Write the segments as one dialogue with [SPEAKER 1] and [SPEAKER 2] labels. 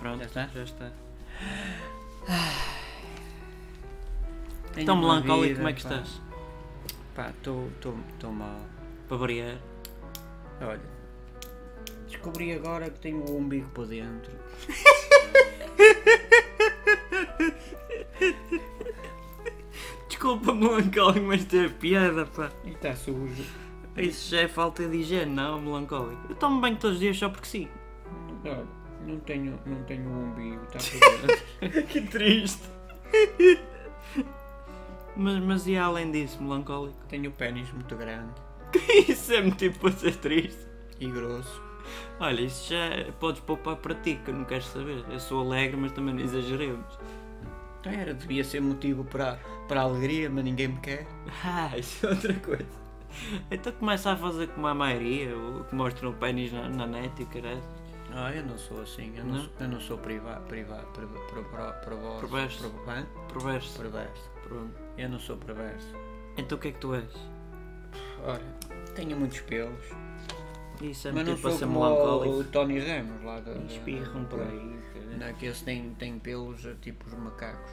[SPEAKER 1] Pronto,
[SPEAKER 2] Já está?
[SPEAKER 1] Já está.
[SPEAKER 2] Tenho
[SPEAKER 1] Tão
[SPEAKER 2] uma
[SPEAKER 1] melancólico,
[SPEAKER 2] vida,
[SPEAKER 1] como é que
[SPEAKER 2] pá.
[SPEAKER 1] estás?
[SPEAKER 2] Pá, estou mal.
[SPEAKER 1] Para variar.
[SPEAKER 2] Olha, descobri agora que tenho o umbigo para dentro.
[SPEAKER 1] Desculpa, melancólico, mas teve piada, pá.
[SPEAKER 2] E está sujo.
[SPEAKER 1] Isso já é falta de higiene, não, melancólico. Eu tomo banho todos os dias só porque sim.
[SPEAKER 2] Olha, não tenho, não tenho o umbigo, está por dentro.
[SPEAKER 1] que triste. mas, mas e além disso, melancólico?
[SPEAKER 2] tenho o pênis muito grande
[SPEAKER 1] Isso é motivo para ser triste.
[SPEAKER 2] e grosso.
[SPEAKER 1] Olha, isso já podes poupar para ti, que eu não quero saber. Eu sou alegre, mas também não exageremos.
[SPEAKER 2] Então era, devia ser motivo para, para alegria, mas ninguém me quer.
[SPEAKER 1] Ah, isso é outra coisa. Então começa a fazer como a maioria, o que mostram o pênis na, na net e o caralho.
[SPEAKER 2] Ah, eu não sou assim, eu não,
[SPEAKER 1] Não?
[SPEAKER 2] sou- eu não sou privado, privado, para para para para vós.
[SPEAKER 1] Perverso.
[SPEAKER 2] Para- hã?
[SPEAKER 1] Perverso.
[SPEAKER 2] Perverso.
[SPEAKER 1] Pronto.
[SPEAKER 2] Eu não sou perverso.
[SPEAKER 1] Então o que é que tu és?
[SPEAKER 2] Olha, tenho muitos pelos.
[SPEAKER 1] Isso é
[SPEAKER 2] Mas não
[SPEAKER 1] motivo para
[SPEAKER 2] sou
[SPEAKER 1] ser
[SPEAKER 2] como
[SPEAKER 1] melancólico. um
[SPEAKER 2] o Tony um Ramos lá da.
[SPEAKER 1] Espirram por aí.
[SPEAKER 2] Não, que eles têm, têm pelos eh, tipo os macacos.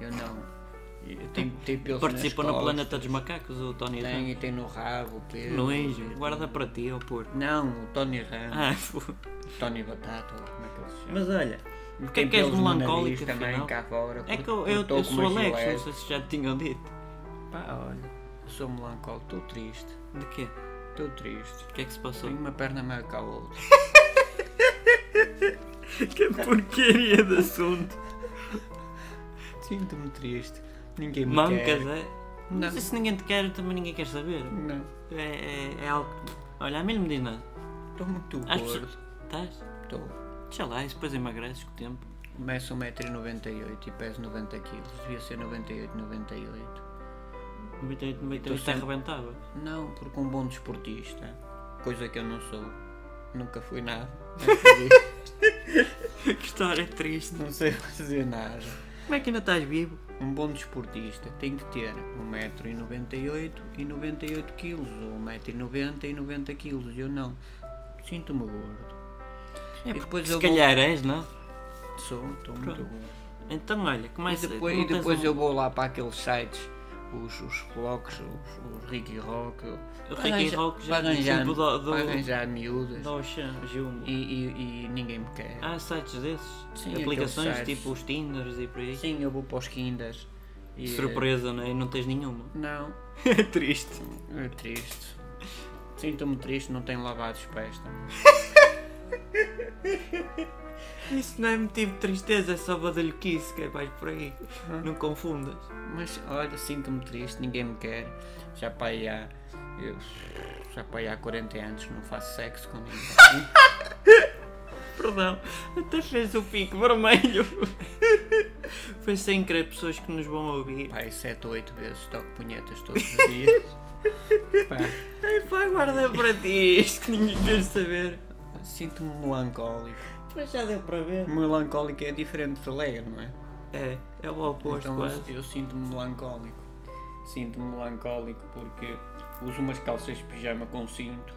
[SPEAKER 2] Eu não. Eu tenho, tenho pelos
[SPEAKER 1] Participou
[SPEAKER 2] nas
[SPEAKER 1] no
[SPEAKER 2] costas,
[SPEAKER 1] Planeta dos é? Macacos, o Tony
[SPEAKER 2] Tem
[SPEAKER 1] Ramos.
[SPEAKER 2] e tem no rabo, pelo.
[SPEAKER 1] Nojo. Guarda para ti, ó porco.
[SPEAKER 2] Não, o Tony Ramos,
[SPEAKER 1] Ah, foda.
[SPEAKER 2] Tony Batata, lá, como é que ele se chama?
[SPEAKER 1] Mas olha,
[SPEAKER 2] Tem
[SPEAKER 1] porque é que és
[SPEAKER 2] pelos no nariz
[SPEAKER 1] melancólico
[SPEAKER 2] também,
[SPEAKER 1] afinal?
[SPEAKER 2] cá fora,
[SPEAKER 1] É que eu,
[SPEAKER 2] porque
[SPEAKER 1] eu,
[SPEAKER 2] estou
[SPEAKER 1] eu
[SPEAKER 2] com
[SPEAKER 1] sou
[SPEAKER 2] uma
[SPEAKER 1] Alex, não
[SPEAKER 2] gilete.
[SPEAKER 1] sei se já te tinham dito.
[SPEAKER 2] Pá, olha, sou melancólico, estou triste,
[SPEAKER 1] De quê?
[SPEAKER 2] estou triste.
[SPEAKER 1] O que é que se passou?
[SPEAKER 2] Tenho uma perna maior que a outra.
[SPEAKER 1] que porcaria de assunto.
[SPEAKER 2] Sinto-me triste. Ninguém me quer.
[SPEAKER 1] Mancas, é? Não
[SPEAKER 2] Não.
[SPEAKER 1] sei se ninguém te quer, também ninguém quer saber.
[SPEAKER 2] Não.
[SPEAKER 1] É, é, é algo. que- Olha, a mim não me diz nada.
[SPEAKER 2] Estou muito
[SPEAKER 1] As
[SPEAKER 2] gordo.
[SPEAKER 1] pessoas. Estás?
[SPEAKER 2] Estou.
[SPEAKER 1] Deixa lá, isso depois emagreces com o tempo.
[SPEAKER 2] Meço 1,98m e peso 90kg. Devia ser 98, 98.
[SPEAKER 1] 98, 98,
[SPEAKER 2] Estou
[SPEAKER 1] está
[SPEAKER 2] sempre-
[SPEAKER 1] Então arrebentava.
[SPEAKER 2] Não, porque um bom desportista, coisa que eu não sou, nunca fui nada.
[SPEAKER 1] que história triste.
[SPEAKER 2] não sei fazer nada.
[SPEAKER 1] Como é que ainda estás vivo?
[SPEAKER 2] Um bom desportista tem que ter 1,98m e 98kg, ou 1,90m e 90kg. Eu não. Sinto-me gordo.
[SPEAKER 1] É
[SPEAKER 2] E depois
[SPEAKER 1] se
[SPEAKER 2] eu vou-
[SPEAKER 1] calhar és, não?
[SPEAKER 2] Sou, estou muito gordo.
[SPEAKER 1] Então olha,
[SPEAKER 2] Mas
[SPEAKER 1] começa.
[SPEAKER 2] e depois,
[SPEAKER 1] não
[SPEAKER 2] e
[SPEAKER 1] tens
[SPEAKER 2] depois
[SPEAKER 1] um-
[SPEAKER 2] eu vou lá para aqueles sites, os, os blocos, os, os Ricky Rock.
[SPEAKER 1] O Ricky Rock já
[SPEAKER 2] para arranjar,
[SPEAKER 1] tipo do- do-
[SPEAKER 2] para arranjar miúdas.
[SPEAKER 1] Dá o chão, Gilmo.
[SPEAKER 2] E, e- e ninguém me quer.
[SPEAKER 1] Há sites desses?
[SPEAKER 2] Sim,
[SPEAKER 1] Aplicações
[SPEAKER 2] aqueles sites.
[SPEAKER 1] tipo os Tinders e por aí?
[SPEAKER 2] Sim, eu vou para os Kinders. e- eh,
[SPEAKER 1] Surpresa, não é? E não tens nenhuma.
[SPEAKER 2] Não,
[SPEAKER 1] É triste.
[SPEAKER 2] é triste. Sinto-me triste, não tenho lavado os pés também.
[SPEAKER 1] Isso não é motivo de tristeza, é só badalhoquice que é mais por aí. Não confundas.
[SPEAKER 2] Mas olha, sinto-me triste, ninguém me quer. Já para aí há. eu- já para aí há 40 anos que não faço sexo com ninguém.
[SPEAKER 1] Perdão, até fez o pico vermelho. Foi sem querer pessoas que nos vão ouvir.
[SPEAKER 2] Pai, 7 é ou 8 vezes toco punhetas todos os dias. Pá.
[SPEAKER 1] Ai pá, guarda para ti isto que ninguém quer saber.
[SPEAKER 2] Sinto-me melancólico.
[SPEAKER 1] Mas já deu para ver.
[SPEAKER 2] Melancólico é diferente de alegre, não é?
[SPEAKER 1] É, é o oposto
[SPEAKER 2] então
[SPEAKER 1] quase.
[SPEAKER 2] eu, eu sinto-me melancólico. Sinto-me melancólico porque uso umas calças de pijama com cinto.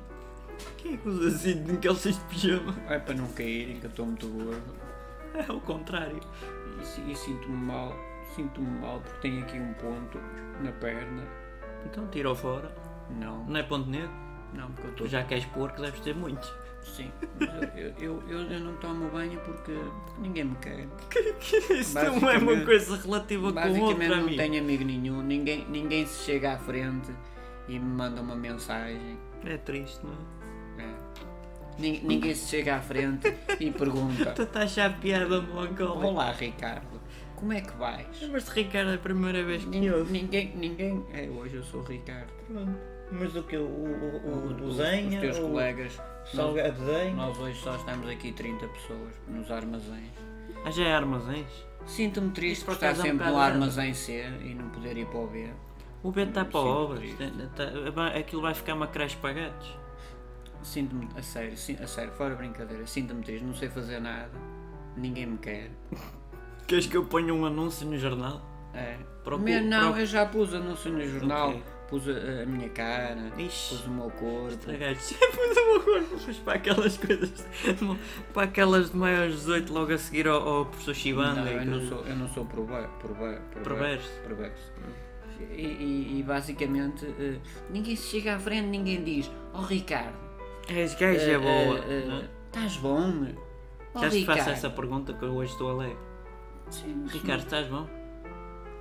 [SPEAKER 1] Quem é que usa assim de calças de pijama?
[SPEAKER 2] É para não caírem, que eu estou muito gordo.
[SPEAKER 1] É o contrário.
[SPEAKER 2] E, si- e sinto-me mal. Sinto-me mal porque tenho aqui um ponto na perna.
[SPEAKER 1] Então tirou fora.
[SPEAKER 2] Não,
[SPEAKER 1] Não é ponto negro?
[SPEAKER 2] não, porque eu
[SPEAKER 1] Tu
[SPEAKER 2] estou.
[SPEAKER 1] já queres porco, deves ter muitos.
[SPEAKER 2] Sim, mas eu, eu, eu, eu não tomo banho porque, porque ninguém me quer.
[SPEAKER 1] Isso não é uma
[SPEAKER 2] Basicamente-
[SPEAKER 1] coisa relativa com
[SPEAKER 2] Basicamente
[SPEAKER 1] outra,
[SPEAKER 2] não
[SPEAKER 1] amigo.
[SPEAKER 2] tenho amigo nenhum, ninguém, ninguém se chega à frente e me manda uma mensagem.
[SPEAKER 1] É triste, não é?
[SPEAKER 2] É. Nin- Ninguém se chega à frente e pergunta:
[SPEAKER 1] Tu estás a achar piada melancólica.
[SPEAKER 2] Olá Ricardo, como é que vais?
[SPEAKER 1] Mas Ricardo é a primeira vez que eu.
[SPEAKER 2] Ninguém, ninguém. É, hoje eu sou o Ricardo.
[SPEAKER 1] Mas o que? O, o, o, o
[SPEAKER 2] os teus colegas. Nós,
[SPEAKER 1] Desenha?
[SPEAKER 2] nós hoje só estamos aqui 30 pessoas nos armazéns.
[SPEAKER 1] Ah, já é armazéns?
[SPEAKER 2] Sinto-me triste
[SPEAKER 1] Isso por
[SPEAKER 2] por estar
[SPEAKER 1] acaso é um
[SPEAKER 2] sempre no
[SPEAKER 1] bocado-
[SPEAKER 2] armazém C e não poder ir para o B.
[SPEAKER 1] O Beto está para
[SPEAKER 2] Sim,
[SPEAKER 1] obras.
[SPEAKER 2] triste.
[SPEAKER 1] tem- tá- vai- aquilo vai ficar uma creche para gatos.
[SPEAKER 2] Sinto-me, a sério, sin- a sério, fora brincadeira, sinto-me triste, não sei fazer nada, ninguém me quer.
[SPEAKER 1] Queres que eu ponha um anúncio no jornal?
[SPEAKER 2] É.
[SPEAKER 1] Procuro-
[SPEAKER 2] Mas não,
[SPEAKER 1] procuro-
[SPEAKER 2] eu já pus anúncio no jornal,
[SPEAKER 1] Ok.
[SPEAKER 2] pus a, a minha cara,
[SPEAKER 1] Ixi. é
[SPEAKER 2] pus o meu corpo.
[SPEAKER 1] Estragaste sempre o meu corpo, mas para aquelas coisas, para aquelas de maior 18 logo a seguir ao, ao professor Chibanda.
[SPEAKER 2] Não,
[SPEAKER 1] e
[SPEAKER 2] eu, não
[SPEAKER 1] coisas.
[SPEAKER 2] sou, eu não sou prover, prover,
[SPEAKER 1] então. Perverso.
[SPEAKER 2] perverso. E, e- e basicamente eh, ninguém se chega à frente, ninguém diz, oh Ricardo,
[SPEAKER 1] És gajo é
[SPEAKER 2] eh,
[SPEAKER 1] boa.
[SPEAKER 2] eh, eh,
[SPEAKER 1] não é?
[SPEAKER 2] estás bom? meu? Oh,
[SPEAKER 1] Já te faço
[SPEAKER 2] Ricardo.
[SPEAKER 1] essa pergunta que eu hoje estou alegre.
[SPEAKER 2] Sim, sim.
[SPEAKER 1] Ricardo, estás bom?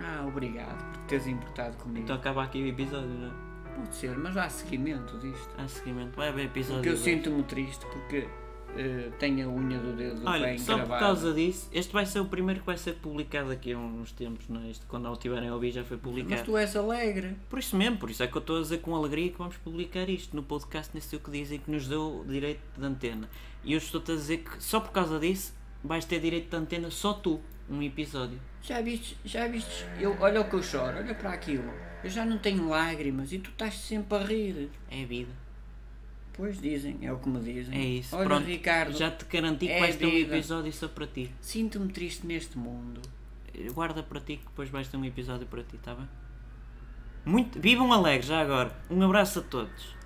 [SPEAKER 2] Ah, obrigado por teres importado comigo.
[SPEAKER 1] Então acaba aqui o episódio, não é?
[SPEAKER 2] Pode ser, mas há seguimento disto.
[SPEAKER 1] Há seguimento, vai haver episódio.
[SPEAKER 2] Porque eu
[SPEAKER 1] dois.
[SPEAKER 2] sinto-me triste porque eh, tenho a unha do dedo do
[SPEAKER 1] Olha,
[SPEAKER 2] bem
[SPEAKER 1] só por
[SPEAKER 2] gravada.
[SPEAKER 1] causa disso, este vai ser o primeiro que vai ser publicado aqui a uns tempos, não é? Isto, quando o tiverem a ouvir já foi
[SPEAKER 2] Mas
[SPEAKER 1] publicado.
[SPEAKER 2] tu és alegre.
[SPEAKER 1] Por isso mesmo, por isso é que eu estou a dizer com alegria que vamos publicar isto no podcast nem sei o que dizem que nos deu direito de antena. E eu estou-te a dizer que só por causa disso vais ter direito de antena só tu, um episódio.
[SPEAKER 2] Já viste, já viste, eu, olha o que eu choro, olha para aquilo. Eu já não tenho lágrimas e tu estás sempre a rir.
[SPEAKER 1] É a vida.
[SPEAKER 2] Pois dizem, é o que me dizem.
[SPEAKER 1] É isso.
[SPEAKER 2] Olha,
[SPEAKER 1] Pronto,
[SPEAKER 2] Ricardo,
[SPEAKER 1] já te garanti que
[SPEAKER 2] é
[SPEAKER 1] vais ter um
[SPEAKER 2] vida.
[SPEAKER 1] episódio só para ti.
[SPEAKER 2] sinto-me triste neste mundo.
[SPEAKER 1] Guarda para ti que depois tá vais ter um episódio para ti, está bem? Muito... Vivam alegres já agora. Um abraço a todos.